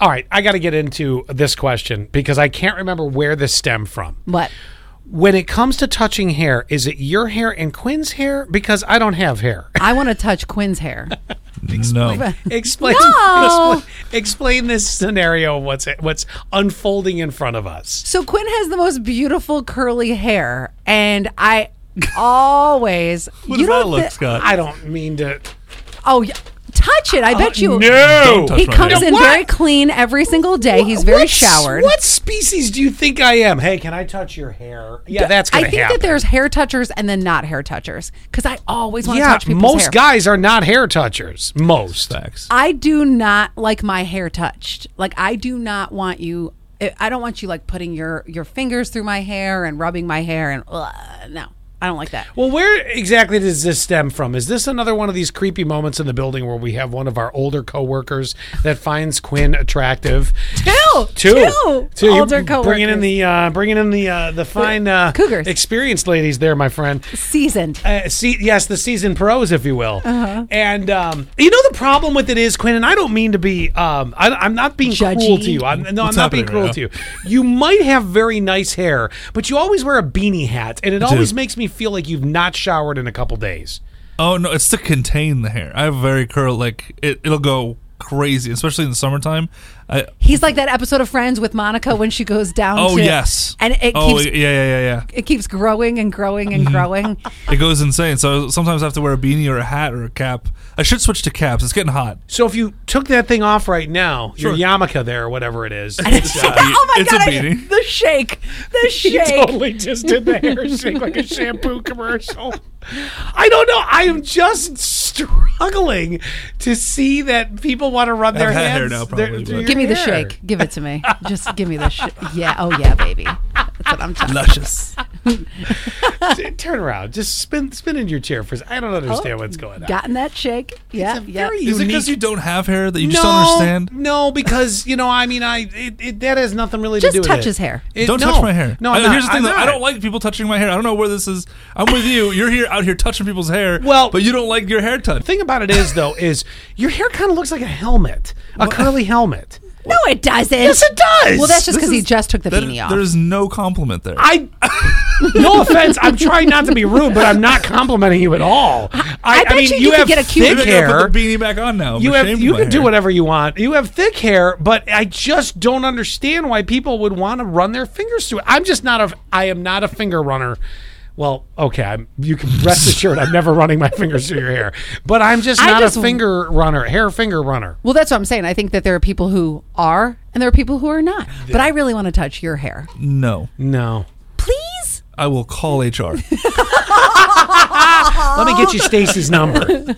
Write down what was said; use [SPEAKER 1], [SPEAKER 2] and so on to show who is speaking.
[SPEAKER 1] All right, I got to get into this question because I can't remember where this stemmed from.
[SPEAKER 2] What?
[SPEAKER 1] When it comes to touching hair, is it your hair and Quinn's hair? Because I don't have hair.
[SPEAKER 2] I want to touch Quinn's hair.
[SPEAKER 3] No.
[SPEAKER 1] Explain,
[SPEAKER 2] No.
[SPEAKER 1] explain, explain this scenario. and What's what's unfolding in front of us?
[SPEAKER 2] So Quinn has the most beautiful curly hair, and I always
[SPEAKER 3] What
[SPEAKER 2] you
[SPEAKER 3] does
[SPEAKER 2] don't
[SPEAKER 3] that Oh, look,
[SPEAKER 2] thi-
[SPEAKER 3] Scott?
[SPEAKER 1] I don't mean to.
[SPEAKER 2] Oh, yeah. touch it! I bet you.
[SPEAKER 1] No,
[SPEAKER 3] touch
[SPEAKER 2] He
[SPEAKER 3] That's right.
[SPEAKER 2] comes
[SPEAKER 3] Uh, No,
[SPEAKER 2] in
[SPEAKER 1] what?
[SPEAKER 2] very clean every single day. He's very
[SPEAKER 1] What s-
[SPEAKER 2] showered.
[SPEAKER 1] What species do you think I am? Hey, can I touch your hair? Yeah, that's
[SPEAKER 2] I
[SPEAKER 1] gonna
[SPEAKER 2] think
[SPEAKER 1] happen.
[SPEAKER 2] that there's hair touchers and then not hair touchers because I always want to
[SPEAKER 1] yeah.
[SPEAKER 2] touch people's
[SPEAKER 1] most
[SPEAKER 2] hair.
[SPEAKER 1] guys are not hair touchers. Most.
[SPEAKER 3] Facts.
[SPEAKER 2] I do not like my hair touched. Like I do not want you. I- I don't want you like putting your your fingers through my hair and rubbing my hair and uh, no, I don't like that.
[SPEAKER 1] Well, where exactly does this stem from? Is this another one of these creepy moments in the building where we have one of our older coworkers that finds Quinn attractive?
[SPEAKER 2] Two, two,
[SPEAKER 1] Two. You're
[SPEAKER 2] older coworkers,
[SPEAKER 1] Bringing in the uh, bringing in the uh, the fine uh,
[SPEAKER 2] Cougars.
[SPEAKER 1] experienced ladies there, my friend.
[SPEAKER 2] seasoned.
[SPEAKER 1] Uh, see, yes, the season pros, if you will. And um, you know the problem with it is Quinn, and I don't mean to be. Um, I, I'm not being cruel
[SPEAKER 2] Judgy.
[SPEAKER 1] to you. I'm, no,
[SPEAKER 3] What's
[SPEAKER 1] I'm not being
[SPEAKER 3] happening
[SPEAKER 1] cruel
[SPEAKER 3] right
[SPEAKER 1] to
[SPEAKER 3] now?
[SPEAKER 1] you. You might have very nice hair, but you always wear a beanie hat, and it always makes me feel like you've not showered in a couple days.
[SPEAKER 3] Oh no, it's to contain the hair. I have very curl like it, it'll go crazy, especially in the summertime. I
[SPEAKER 2] He's like that episode of Friends with Monica when she goes down.
[SPEAKER 3] oh
[SPEAKER 2] to,
[SPEAKER 3] yes.
[SPEAKER 2] and it
[SPEAKER 3] oh Mm-hmm.
[SPEAKER 2] keeps
[SPEAKER 3] yeah yeah yeah
[SPEAKER 2] it keeps growing and growing and growing.
[SPEAKER 3] yeah. It goes insane. So sometimes I have to wear a beanie or a hat or a cap. I should switch to caps. It's getting hot.
[SPEAKER 1] So if you took that thing off right now, your
[SPEAKER 3] Sure.
[SPEAKER 1] yarmulke there or whatever it is,
[SPEAKER 2] oh my
[SPEAKER 3] It's a
[SPEAKER 2] god! I-
[SPEAKER 3] beanie.
[SPEAKER 2] the shake, the
[SPEAKER 1] He
[SPEAKER 2] shake.
[SPEAKER 1] totally just did the hair shake like a shampoo commercial. I don't know. I am just struggling to see that people want to rub their
[SPEAKER 3] had hair
[SPEAKER 1] hands.
[SPEAKER 3] now,
[SPEAKER 1] their- through
[SPEAKER 3] probably, but-
[SPEAKER 1] your
[SPEAKER 2] Give me the
[SPEAKER 1] hair.
[SPEAKER 2] shake. Give it to me. Just give me the shake. Yeah. Oh yeah, baby. That's what I'm talking.
[SPEAKER 3] Luscious.
[SPEAKER 1] T- Turn around. Just spin spin in your chair for a second. I don't understand what's going on.
[SPEAKER 2] Gotten that shake? Yeah.
[SPEAKER 1] It's a
[SPEAKER 2] Yeah.
[SPEAKER 1] very
[SPEAKER 3] Is it
[SPEAKER 1] unique-
[SPEAKER 3] because you don't have hair that you just
[SPEAKER 1] no,
[SPEAKER 3] don't understand?
[SPEAKER 1] No, because you know, I mean, I it, it, that has nothing really
[SPEAKER 2] Just
[SPEAKER 1] to do with
[SPEAKER 2] touch
[SPEAKER 1] it.
[SPEAKER 2] his hair.
[SPEAKER 1] It-
[SPEAKER 3] Don't
[SPEAKER 1] no.
[SPEAKER 3] touch my hair.
[SPEAKER 1] No,
[SPEAKER 3] I,
[SPEAKER 1] I'm not.
[SPEAKER 3] here's the thing
[SPEAKER 1] I'm
[SPEAKER 3] though. I
[SPEAKER 1] not.
[SPEAKER 3] don't like people touching my hair. I don't know where this is. I'm with you. You're here out here touching people's hair.
[SPEAKER 1] Well-
[SPEAKER 3] but you don't like your hair touched.
[SPEAKER 1] thing about it is though is your hair kind of looks like a helmet, a curly helmet.
[SPEAKER 2] No, it doesn't.
[SPEAKER 1] Yes, it does.
[SPEAKER 2] Well, that's just
[SPEAKER 3] This
[SPEAKER 2] because he
[SPEAKER 3] is-
[SPEAKER 2] just took the
[SPEAKER 3] that-
[SPEAKER 2] beanie off.
[SPEAKER 3] There's no compliment there.
[SPEAKER 1] I. No offense, I'm trying not to be rude, but I'm not complimenting you at all. I,
[SPEAKER 2] bet
[SPEAKER 1] mean,
[SPEAKER 2] you you could
[SPEAKER 1] have
[SPEAKER 2] get a cute-
[SPEAKER 1] thick
[SPEAKER 3] Maybe I gotta
[SPEAKER 1] hair.
[SPEAKER 3] put the beanie back on now. I'm
[SPEAKER 1] You have
[SPEAKER 3] ashamed of
[SPEAKER 1] you
[SPEAKER 3] my
[SPEAKER 1] can do
[SPEAKER 3] hair.
[SPEAKER 1] whatever you want. You have thick hair, but I just don't understand why people would want to run their fingers through it. I'm just not a I am not a finger runner. Well, okay, I'm, you can rest assured I'm never running my fingers through your hair, but I'm just
[SPEAKER 2] I
[SPEAKER 1] not
[SPEAKER 2] just-
[SPEAKER 1] a finger runner, hair finger runner.
[SPEAKER 2] Well, that's what I'm saying. I think that there are people who are and there are people who are not. But I really want to touch your hair.
[SPEAKER 3] No,
[SPEAKER 1] No.
[SPEAKER 2] Please?
[SPEAKER 3] I will call HR.
[SPEAKER 1] Let me get you Stacy's number.